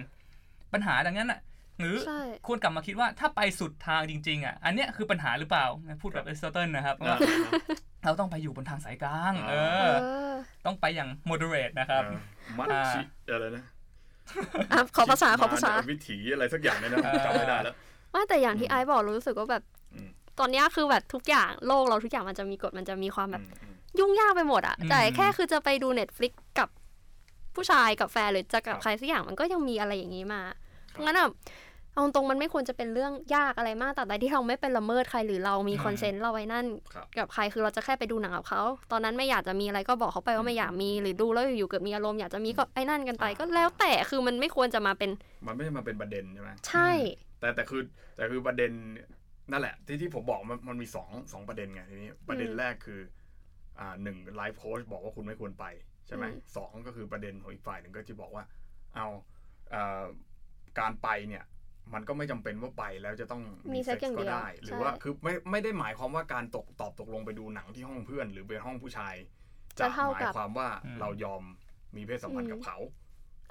B: ปัญหาดังนั้นอ่ะหรือ
A: ใช่
B: ควรกลับมาคิดว่าถ้าไปสุดทางจริง ๆอ่ะอันเนี้ยคือปัญหาหรือเปล่าพูดแบบอริสโตเติลนะครับว่าเราต้องไปอยู่บนทางสายกลาง
C: อ่า
B: เอ
A: เอ
B: อ
A: อ
B: ต้องไปอย่าง moderate นะครับ
C: มัดชิอะไรนะ
A: อ่ะขอภาษาขอภาษา
C: ชิมนวิถีอะไรสักอย่างเนี่ยนะ
B: เออ
C: จำไม่ได้แล้ว
A: ไม่แต่อย่างที่ไอซ์บอกรู้สึกว่าแบบ
C: อืม
A: ตอนเนี้ยคือแบบทุกอย่างโลกเราทุกอย่างมันจะมีกฎมันจะมีความแบบ
C: อืมอืม
A: ยุ่งยากไปหมดอะ
B: อืม
A: แต่แค่คือจะไปดู Netflix กับผู้ชายกับแฟนหรือจะกับ
C: ครับ
A: ใครสักอย่างมันก็ยังมีอะไรอย่างนี้มา
C: ครับ
A: งั้นอะเอาตรงๆมันไม่ควรจะเป็นเรื่องยากอะไรมากแต่ใดที่เราไม่ไปละเมิดใครหรือเรามี
B: อืม
A: คอนเซนต์เราไว้นั่น
C: ครับ
A: กับใครคือเราจะแค่ไปดูหนังกับเขาตอนนั้นไม่อยากจะมีอะไรก็บอกเขาไปว่าไม่อยากมีหรือดูแล้วอยู่ๆเกิดมีอารมณ์อยากจะมีก็ไอ้นั่นกันไปก็แล้วแต่คือมันไม่ควรจะมาเป็น
C: มันไม่ได้มาเป็นประเด็นใช่ไหม
A: ใช่
C: แต่แต่คือแต่คือประเด็นนั่นแหละ ที่ที่ผมบอกมันมันมีสองสองประเด็นไงทีนี้ประเด็น
A: อืม
C: แรกคืออ่าหนึ่งไลฟ์โค้ชบอกว่าคุณไม่ควรไปใช่ไหม
A: อืม
C: สองก็คือประเด็นของอีกฝ่ายหนึ่งก็จะบอกว่า เอาเอ่อการไปเนี่ย มันก็ไม่จำเป็นว่าไปแล้วจะต้อง
A: มีเซ็กอย่างเดี
C: ก็
A: ยว
C: ได้ หรือ
A: ใช่
C: ว่าคือไม่ไม่ได้หมายความว่าการตกตอบตกลงไปดูหนังที่ห้องเพื่อน หรือไปห้องผู้ชาย จะ
A: จะเท่า
C: หมาย
A: กับ
C: ความว่า
B: อืม
C: เรายอมมีเพศสัมพันธ์กับเขา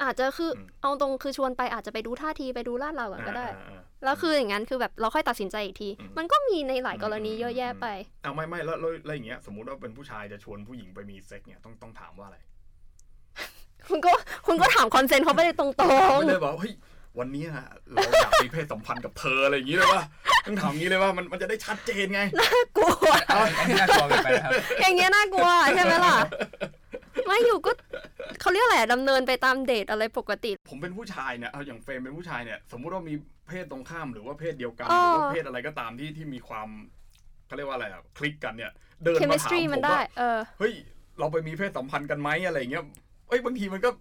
A: อาจจะคืออ
C: ม
A: เอาตรงคือชวนไปอาจจะไปดูท่าทีไปดูลาดเราก่อนก็ได้
C: อ่าอ่า
A: แล้วคืออย่างนั้นคือแบบเราค่อยตัดสินใจอีกที
C: อืม
A: มันก็มีในหลายกรณี
C: อืม
A: เยอะแยะไป
C: เอาไม่ไม่แล้วแล้วแล้วอย่างเงี้ยสมมุติว่าเป็นผู้ชายจะชวนผู้หญิงไปมีเซ็กเนี่ยต้องต้องถามว่าอะไร
A: คุณก็คุณก็ถามคอนเซนต์เขาไปเลยตรง
C: ไม่ได้บอกว่าเฮ้ยวันนี้อะเราอยากมีเพศสัมพันธ์กับเธออะไรอย่างงี้เลยว่าต้องถามอย่างงี้เลยว่ามันมันจะได้ชัดเจน ไง
A: ๆกลัว
B: อันนี้น่ากลัวเกินไปนะครับ
A: อย่างเงี้ยน่ากลัวใช่ไหมล่ะ ไม่อยู่ก็เขาเรียกอะไรอะดำเนินไปตามเดทอะไรปกติ
C: ผมเป็นผู้ชายเนี่ยเอาอย่างเฟรมเป็นผู้ชายเนี่ย สมมุติว่ามีเพศตรงข้ามหรือว่าเพศเดียวกันห
A: เออ
C: รือว่าเพศอะไรก็ตามที่ที่มีความเขาเรียกว่าอะไรอะคลิกกันเนี่ย เดิน
A: เค
C: มา
A: มิส
C: ถา
A: ตรี
C: มผ
A: มัน
C: ม
A: ได้
C: ว่า
A: เออ
C: เฮ้ย เราไปมีเพศสัมพันธ์กันไหมอะไรอย่างเงี้ยเอ้ยบางทีมันก็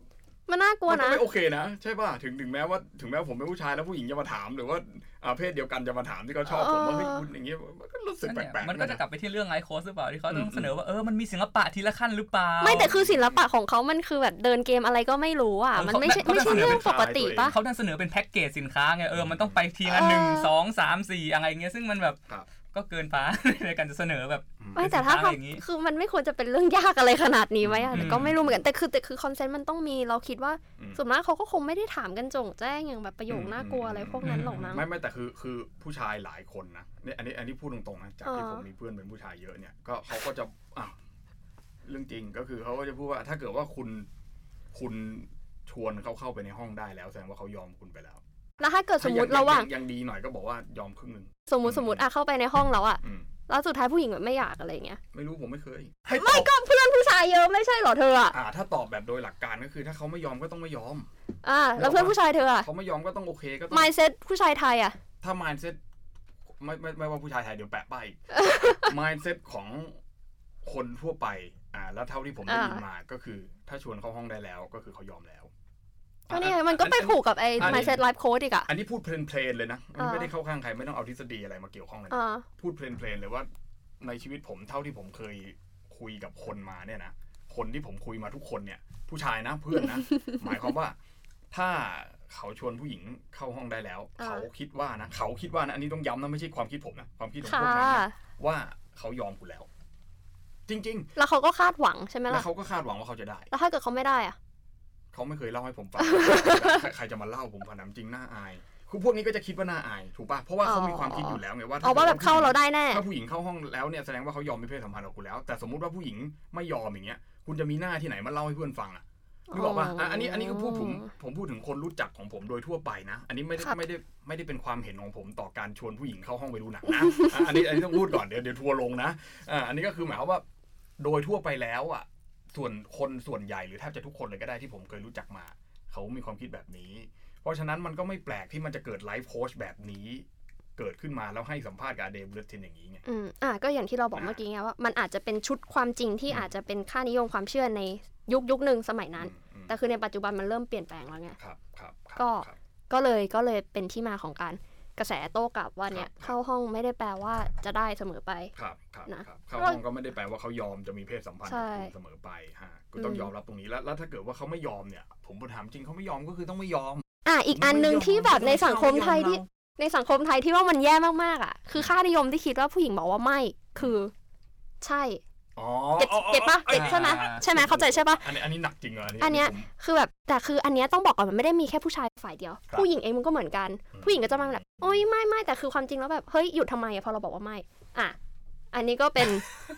A: มันน่ากลัว
C: มันก็
A: นะ
C: ไม่โอเคนะ ใช่ป่ะถึงถึงแม้ว่าถึงแม้ผมเป็นผู้ชายแล้วผู้หญิงจะมาถามหรือว่าอ่าเพศเดียวกันจะมาถามที่เขาชอบผมว่าเฮ้ย
A: เออ
C: คุณอย่างเงี้ยมันก็รู้สึกแป
B: นั่นแหละมัน
C: ลกๆ
B: ก็จะกลับไปที่เรื่องไลฟ์โค้ชหรือเปล่าที่เขาต้องเสนอว่าเออมันมีศิลปะทีละขั้นหรือเปล่า
A: ไม่แต่คือศิลปะของเขามันคือแบบเดินเกมอะไรก็ไม่รู้อ่ะ มันไม่ใช่ไม่ใช่เรื่องปกติปะ
B: เขาดันเสนอเป็นแพ็กเกจสินค้าไงเออมันต้องไปทีละ
A: เออ
B: หนึ่งสองสามสี่อะไรเงี้ยซึ่งมันแบบ ก็เกินฟ้า ในการจะเสนอแบบ
C: อืม
A: ไม่
B: เป็น
A: แต่ถ้า
B: สินค้าอะไรอย่างงี้
A: ทำคือมันไม่ควรจะเป็นเรื่องยากอะไรขนาดนี้ไหม
C: อื
A: อะ
C: ม
A: แต่ก็ไม่รู้เหมือนกันแต่คือแต่คือคอนเซนต์มันต้องมีเราคิดว่า
C: อืม
A: ส่วนมากเขาก็คงไม่ได้ถามกันโจงแจ้งอย่างแบบประโยค
C: อืม
A: น่ากลัวอะไรพวกนั้นหรอกนะ
C: ไม่ไม่แต่คือคือผู้ชายหลายคนนะเนี่ยอันนี้อันนี้พูดตรงๆนะจากที่
A: อ่า
C: ผมมีเพื่อนเป็นผู้ชายเยอะเนี่ยก็เขาก็จะอ่ะเรื่องจริงก็คือเขาก็จะพูดว่าถ้าเกิดว่าคุณคุณชวนเขาเข้าไปในห้องได้แล้วแสดงว่าเขายอมคุณไปแล้ว
A: แล้วถ้าเกิดสมมติ
C: ถ้ยั
A: ระหว่าง
C: ยัยังดีหน่อยก็บอกว่ายอมครึ่งหนึ่ง
A: สมมติ
C: อืม
A: สมมติอะเข้าไปในห้องแล้วอะ
C: อืม
A: แล้วสุดท้ายผู้หญิงแบบไม่อยากอะไรเงี้ย
C: ไม่รู้ผมไม่เคย ให้ตอบ
A: ผู้ชายเยอะไม่ใช่เหรอเธออะ
C: อ่า ถ้าตอบแบบโดยหลักการก็คือ ถ้าเขาไม่ยอมก็ต้องไม่ยอม
A: อ่ะแล้วเพื่อนผู้ชายเธออะ
C: เขาไม่ยอมก็ต้องโอเคก็ต้อง
A: mindset ผู้ชายไทยอะ
C: ถ้า mindset ไม่ไม่ไม่ว่าผู้ชายไทยเดี๋ยวแปะ ป้ายอีก mindset ของคนทั่วไป อ่า แล้วเท่าที่ผมได้ยินมาก็คือ ถ้าชวนเข้าห้องได้แล้วก็คือเขายอมแล้วอ่ะ
A: ก็เนี่ย
C: อ่ะ
A: มันก็ไปผูกกับไอ้
C: อันนี้
A: mindset life coach อีกอะ
C: อันนี้พูดเพลนๆเลยนะ
A: อ่า
C: ไม่ได้เข้าข้างใครไม่ต้องเอาทฤษฎีอะไรมาเกี่ยวข้องเลยนะ
A: อ่า
C: พูดเพลนๆเลยว่าในชีวิตผมเท่าที่ผมเคยคุยกับคนมาเนี่ยนะคนที่ผมคุยมาทุกคนเนี่ย ผู้ชายนะเพื่อน นะ หมายความว่า ถ้าเขาชวนผู้หญิงเข้าห้องได้แล้ว เขาคิดว่านะเขาคิดว่านะอันนี้ต้องย้ำนะไม่ใช่ความคิดผมนะความคิดของ
A: ค่ะ
C: ผู้ชายนะ ว่าเขายอมคุณแล้ว จริง
A: แล้วเขาก็คาดหวังใช่ไหม
C: ๆ แล้ว
A: ล่ะ
C: เขาก็คาดหวังว่าเขาจะได้
A: แล้วถ้าเกิดเขาไม่ได้อะ
C: เขาไม่เคยเล่าให้ ผมฟัง ใครใครจะมาเล่าผมผ่านน้ำจริงน่าอายคือพวกนี้ก็จะคิดว่าน่าอาย ถูกปะเพราะว่าเขามีความคิดอยู่แล้วไงว่า
A: เอาว่าแบบเข้าเราได้แน่
C: ถ้าผู้หญิงเข้าห้องแล้วเนี่ยแสดงว่าเขายอมมีเพศสัมพันธ์กับคุณแล้ว แต่สมมติว่าผู้หญิงไม่ยอมอย่างเงี้ย คุณจะมีหน้าที่ไหนมาเล่าให้เพื่อนฟังอะนึกออกปะอ่ะอันนี้อันนี้ก็พูดผมผมพูดถึงคนรู้จักของผมโดยทั่วไปนะ อันนี้ไม่ได้
A: ครับ
C: ไม่ได้ไม่ได้เป็นความเห็นของผมต่อการชวนผู้หญิงเข้าห้องไปดูหนัง นะอ่ะอันนี้อันนี้ต้องพูดก่อนเดี๋ยวเดี๋ยวทัวร์ลงนะอ่ะอันนี้ก็คือหมายความว่า โดยทั่วไปแล้วอ่ะ ส่วนคนส่วนใหญ่หรือแทบจะทุกคนเลยก็ได้ที่ผมเคยรู้จักมา เขามีความคิดแบบนี้ เพราะฉะนั้นมันก็ไม่แปลกที่มันจะเกิดไลฟ์โค้ชแบบนี้ เกิดขึ้นมาแล้วให้สัมภาษณ์กับอเดบเลตินอย่างนี้ไง
A: อืมอ่ะก็อย่างที่เราบอกเมื่อกี้ไงว่ามันอาจจะเป็นชุดความจริงที่
C: อืม
A: อาจจะเป็นค่านิยมความเชื่อในยุคยุคหนึ่งสมัยนั้น
C: อืม
A: แต่คือในปัจจุบันมันเริ่มเปลี่ยนแปลงแล้วไง
C: ครับครับครับ
A: ก็
C: ครับ
A: ก็เลยก็เลยเป็นที่มาของการกระแสโต้กลับว่าเนี่ย
C: ครับ
A: เข้าห้องไม่ได้แปลว่าจะได้เสมอไป
C: ครับครับ
A: นะครับ
C: เข้าห้องก็ไม่ได้แปลว่าเขายอมจะมีเพศสัมพันธ์กับคุณเสมอไปฮะก็ต้อง
A: อืม
C: ยอมรับตรงนี้แล้วแล้วถ้าเกิดว่าเขาไม่ยอมเนี่ย ผมถามจริงเขาไม่ยอมก็คือต้องไม่ยอม
A: อ่ะอีกอันหนึ่ง
C: ไม่ยม
A: ที่แบบในสังคมไทย
C: ไอ
A: ที่ในสังคมไทยที่ว่ามันแย่มากๆอ่ะ คือค่านิยมที่คิดว่าผู้หญิงบอกว่าไม่คือ ใช่
C: อ๋อ
A: เก็ต
C: อ๋ออ๋อ
A: เก็ตปะเก็ตใช่ไหม
B: อ่า
A: ใช่ไหมเข้าใจใช่ปะ
C: อันนี้อันนี้หนักจริงเหรอ
A: อั
C: อั
A: น
C: น
A: เนี้
C: นี้
A: ย
C: ผม
A: คือแบบแต่คืออันเนี้ยต้องบอกก่อนมันไม่ได้มีแค่ผู้ชายฝ่ายเดียว
C: ครับ
A: ผู้หญิงเองมันก็เหมือนกัน
C: อืม
A: ผู้หญิงก็จะมาแบบโอ๊ยไม่ไม่แต่คือความจริงแล้วแบบเฮ้ยหยุดทำไมอะพอเราบอกว่าไม่อ่ะอันนี้ก็เป็น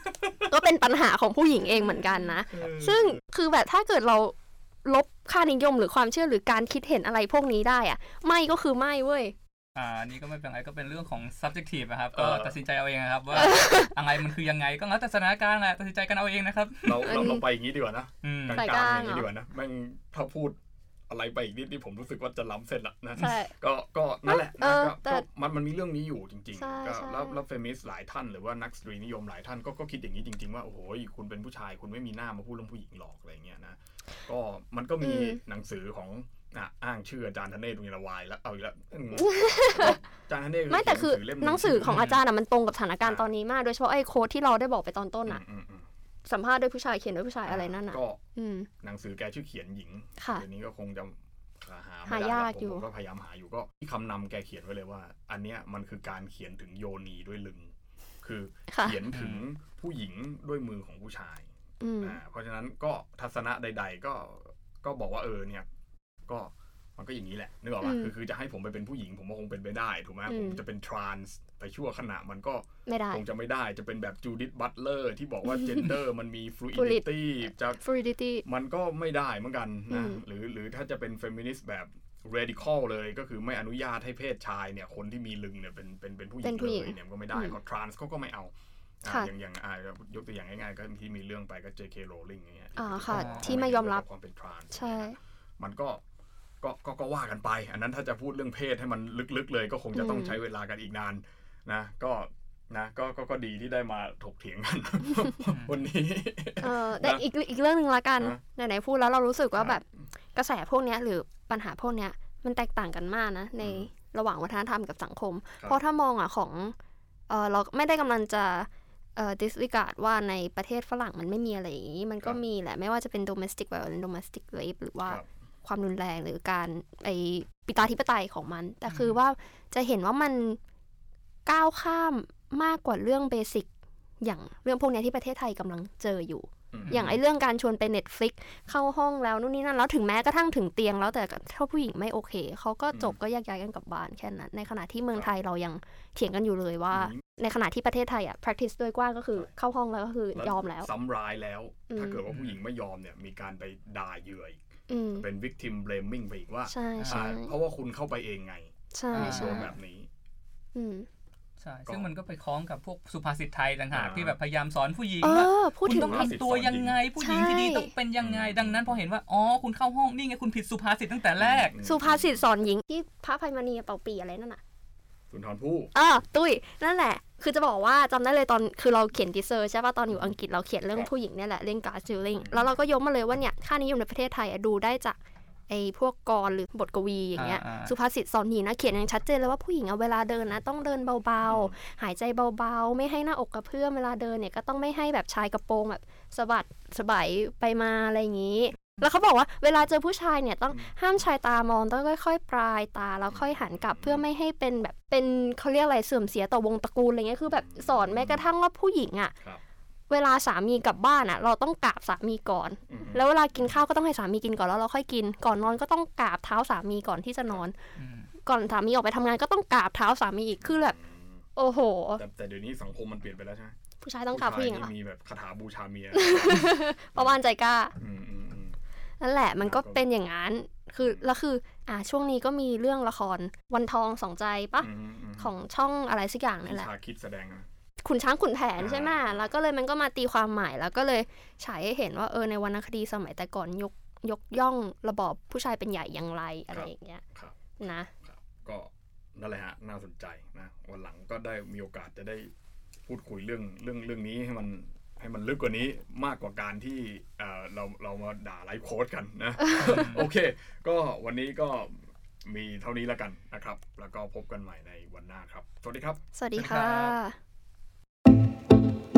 A: ก็เป็นปัญหาของผู้หญิงเองเหมือนกันนะ
C: เออ
A: ซึ่งคือแบบถ้าเกิดเราลบค่านิยมหรือความเชื่อหรือการคิดเห็นอะไรพวกนี้ได้อะไม่ก็คือไม่เว้ย
B: อ่าอันนี่ก็ไม่เป็นไรก็เป็นเรื่องของ subjective นะครับ
C: เอ
B: ก็
C: อ
B: ตัดสินใจเอาเองนะครับว่า อะไรมันคือยังไงก็แล้วแต่สถานการณ์แหละตัดสินใจกันเอาเองนะครับ
C: เรา
A: อัน
C: เรา
A: นี้
C: เราไปอย่างนี้ดีกว่านะ
B: อืม
C: กลา
A: ไป
C: ง
A: กลาง
C: ๆอ
A: เหรอ
C: ย่างนี้ดีกว่านะแม่งถ้าพูดอะไรไปอีกนิดนี่ผมรู้สึกว่าจะล้ำเส้นละนะ
A: ใช่
C: ก็ก็นั่นแหละ
A: เอ
C: นะ
A: อ
C: ก็
A: แต่
C: ก็มันมันมีเรื่องนี้อยู่จริง
A: ใช่
C: ๆก็
A: ใช่
C: แล้วแล้วเฟมิสหลายท่านหรือว่านักสตรีนิยมหลายท่านก็ก็คิดอย่างนี้จริง ๆ ว่าโอ้โหคุณเป็นผู้ชายคุณไม่มีหน้ามาพูดเรื่องผู้หญิงหรอกอะไรเงี้ยนะก็มันก็มีหนังสือของอ่ะอ้างชื่ออาจารย์ธเนศดุญยวายแล้วเอาอี กแล้วอืมอาจารย์ธเนศ
A: ไม่แต่คือ
C: เขีย
A: หนังสือของอาจารย์อะมันตรงกับสถานการณ์ตอนนี้มากโดยเฉพาะไอ้โค้ดที่เราได้บอกไปตอนต้นอะ
C: อืมอืม
A: สัมภาษณ์ด้วยผู้ชายเขียนด้วยผู้ชาย
C: ม
A: อะไรนั่นอะ
C: ก็
A: อืม
C: หนังสือแกชื่อเขียนหญิง
A: ค่ะ
C: เดี๋ยวนี้ก็คงจะหาไม่
A: หา
C: ได้ละ
A: ยาก
C: ผม
A: อยู่
C: ผมก็พยายามหาอยู่ก็ที่คำนำแกเขียนไว้เลยว่า อันเนี้ยมันคือการเขียนถึงโยนีด้วยลึงคือ
A: ค่ะ
C: เขียนถึงผู้หญิงด้วยมือของผู้ชาย
A: อืม
C: อ่าเพราะฉะนั้นก็ทัศนะใด ๆ ก็ก็บอกว่าเออเนี่ย ก็มันก็อย่างนี้แหละนึกออกปะ
A: อืม
C: คือคือจะให้ผมไปเป็นผู้หญิงผมก็คงเป็นไปได้ถูกไหม
A: อืม
C: ผมจะเป็นทรานส์ไปชั่วขณะมันก็
A: ไม่ได้
C: คงจะไม่ได้จะเป็นแบบจูดิ t บัตเลอร์ที่ บอกว่าเจนเดอร์มันมีฟลูอิ
A: Fluid
C: ดิตี้จะ
A: fluidity
C: มันก็ไม่ได้เหมือนกันนะ
A: อืม
C: หรือหรือถ้าจะเป็นเฟมินิสต์แบบ radical เลยก็คือไม่อนุญาตให้เพศชายเนี่ยคนที่มีลึงเนี่ยเป็นเป็นเป็นผู้หญิง
A: เป็นผู้
C: เล
A: หญิง
C: ยเนี่ยมันก็ไม่ได้
A: อืม
C: เขาทรานส์เขาก็ไม่เอาอ่า
A: ค่ะ
C: อย่างอย่างอ่ายกตัวอย่างง่ายๆก็ที่มีเรื่องไปก็ J.K. Rowling อย่างเงี้ย
A: อ่าค่ะ
B: อ๋อ
A: ที่ไม่ยอมรับ
C: เกี่วกัความเป็นทรานส์
A: ใช่
C: มันก็ก็ก็ก็ว่ากันไป อันนั้นถ้าจะพูดเรื่องเพศให้มันลึกๆเลยก็คงจะต้อง
A: อืม
C: ใช้เวลากันอีกนานนะก็นะก็ก็ก็ดีที่ได้มาถกเถียงกัน วันนี้
A: เอ่อแต่
C: นะ
A: อีกอีกเรื่องหนึ่งละกัน
C: ฮะ
A: ไหนๆพูดแล้วเรารู้สึกว่า
C: ครับ
A: แบบกระแสพวกเนี้ยหรือปัญหาพวกเนี้ยมันแตกต่างกันมากนะ ในระหว่างวัฒนธรรมกับสังคม เพราะถ้ามองอ่ะของเออเราไม่ได้กำลังจะเอ่อ disregard ว่าในประเทศฝรั่งมันไม่มีอะไรอย่างนี้ มันก็
C: ครับ
A: มีแหละ ไม่ว่าจะเป็น domestic violence domestic rape หรือว่า
C: ครับ
A: ความรุนแรงหรือการไอปิตาธิปไตยของมัน แต่คือว่าจะเห็นว่ามันก้าวข้าม มากกว่าเรื่องเบสิกอย่างเรื่องพวกเนี้ยที่ประเทศไทยกำลังเจออยู่
C: ม
A: อย่างไอเรื่องการชวนไป Netflix เข้าห้องแล้วนู่นนี่นั่นแล้วถึงแม้กระทั่งถึงเตียงแล้วแต่ถ้าผู้หญิงไม่โอเค เขาก็จบก็แยกย้ายกันกลับบ้านแค่นั้น ในขณะที่เมืองไทยเรายังเถียงกันอยู่เลยว่า
C: อืม
A: ในขณะที่ประเทศไทยอ่ะ practice โดยกว้างก็คือเข้าห้องแล้วก็คือยอมแล้ว
C: ซ้ำร้ายแล้ว
A: อืม
C: ถ้าเกิดว่าผู้หญิงไม่ยอมเนี่ย มีการไปด่าเหยื่ออีก
A: อืม
C: เป็น victim blaming ไปอีกว่า
A: ใช่ใช่
C: อ่าเพราะว่าคุณเข้าไปเองไง
A: ใช่
B: อ่า
C: โด
A: ใช่
C: นแบบนี้
A: อืม
B: ใช่ซึ่งมันก็ไปคล้องกับพวกสุภาษิตไทยต่างหาก
C: อ่า
B: ที่แบบพยายามสอนผู้หญิง
A: เอ
B: ว่า
A: อพูด
B: คุณ
A: ถึง
B: ต้อง
A: ว่า
B: ทำตัวยังไง ผู้หญิงที่ดี
A: ใช่
B: ต้องเป็นยังไง ดังนั้นพอเห็นว่าอ๋อคุณเข้าห้องนี่ไงคุณผิดสุภาษิตตั้งแต่แรก
C: อืม
A: สุภาษิตสอนหญิงที่พระภัยมณีเป่าปีอะไรนั่นน่ะ
C: สุนทรภู่
A: อ่าตุ้ยนั่นแหละ คือจะบอกว่าจำได้เลยตอนคือเราเขียนดีเซอร์ใช่ป่ะตอนอยู่อังกฤษเราเขียนเรื่อง
C: ครับ
A: ผู้หญิงเนี่ยแหละเรื่องการ์ดจิลลิง
C: อืม
A: แล้วเราก็ยกมาเลยว่าเนี่ยค่านิยมในประเทศไทยอะดูได้จากไอ้พวกกรหรือบทกวีอย่างเงี้ย
B: อ่าอ่า
A: สุภาษิตสอนหนีนะเขียนอย่างชัดเจนเลยว่าผู้หญิงอะเวลาเดินนะต้องเดินเบาๆ หายใจเบาๆ ไม่ให้หน้าอกกระเพื่อมเวลาเดินเนี่ยก็ต้องไม่ให้แบบชายกระโปรงแบบสะบัดสะบายไปมาอะไรอย่างงี้ แล้วเขาบอกว่าเวลาเจอผู้ชายเนี่ยต้องห้ามชายตามองต้องค่อยๆ ปลายตาแล้วค่อยหันกลับเพื่อไม่ให้เป็นแบบเป็นเขาเรียกอะไรเสื่อมเสียต่อวงตระกูลอะไรเงี้ยคือแบบสอนแม้กระทั่งว่าผู้หญิงอะ
C: ครับ
A: เวลาสามีกลับบ้านอะเราต้องกราบสามีก่อน
C: อืม
A: แล้วเวลากินข้าวก็ต้องให้สามีกินก่อนแล้วเราค่อยกิน ก่อนนอนก็ต้องกราบเท้าสามีก่อนที่จะนอน
B: อืม
A: ก่อนสามีออกไปทำงานก็ต้องกราบเท้าสามีอีกคือแบบโอ้โห
C: แต่แต่เดี๋ยวนี้สังคมมันเปลี่ยนไปแล้วใช่ไหม
A: ผู้ชายต้องกราบผู้หญิง
C: ชาย
A: เหรอ
C: นี่มีแบบคาถาบูชาเมีย
A: ประมาณใจกล้า
C: อืมอืมอืม
A: นั่นแหละมันก็
C: ครับ
A: เป็นอย่างนั้น คือแล้วคืออ่าช่วงนี้ก็มีเรื่องละครวันทองสองใจปะ
C: มม
A: ของช่องอะไรสักอย่างนั่น
C: ที่
A: แหละ
C: ชาคิดแสดงนะ
A: ขุนช้างขุนแผนใช่ไหม
C: อ่า
A: แล้วก็เลยมันก็มาตีความใหม่แล้วก็เลยฉายให้เห็นว่าเออในวรรณคดีสมัยแต่ก่อนยกยกย่องระบอบผู้ชายเป็นใหญ่อย่างไรอะไรอย่างเงี้ย
C: ครับ
A: นะครับ
C: ก็นั่นแหละฮะน่าสนใจนะวันหลังก็ได้มีโอกาสจะได้พูดคุยเรื่องเรื่องเรื่องนี้ให้มันให้มันลึกกว่านี้มากกว่าการที่เอ่อเราเรามาด่าไลฟ์โค้ดกันนะ โอเค ก็วันนี้ก็มีเท่านี้แล้วกันนะครับ แล้วก็พบกันใหม่ในวันหน้าครับ สวัสดีครับ
A: สวัสดี
B: ครั
A: ค่ะ
B: บ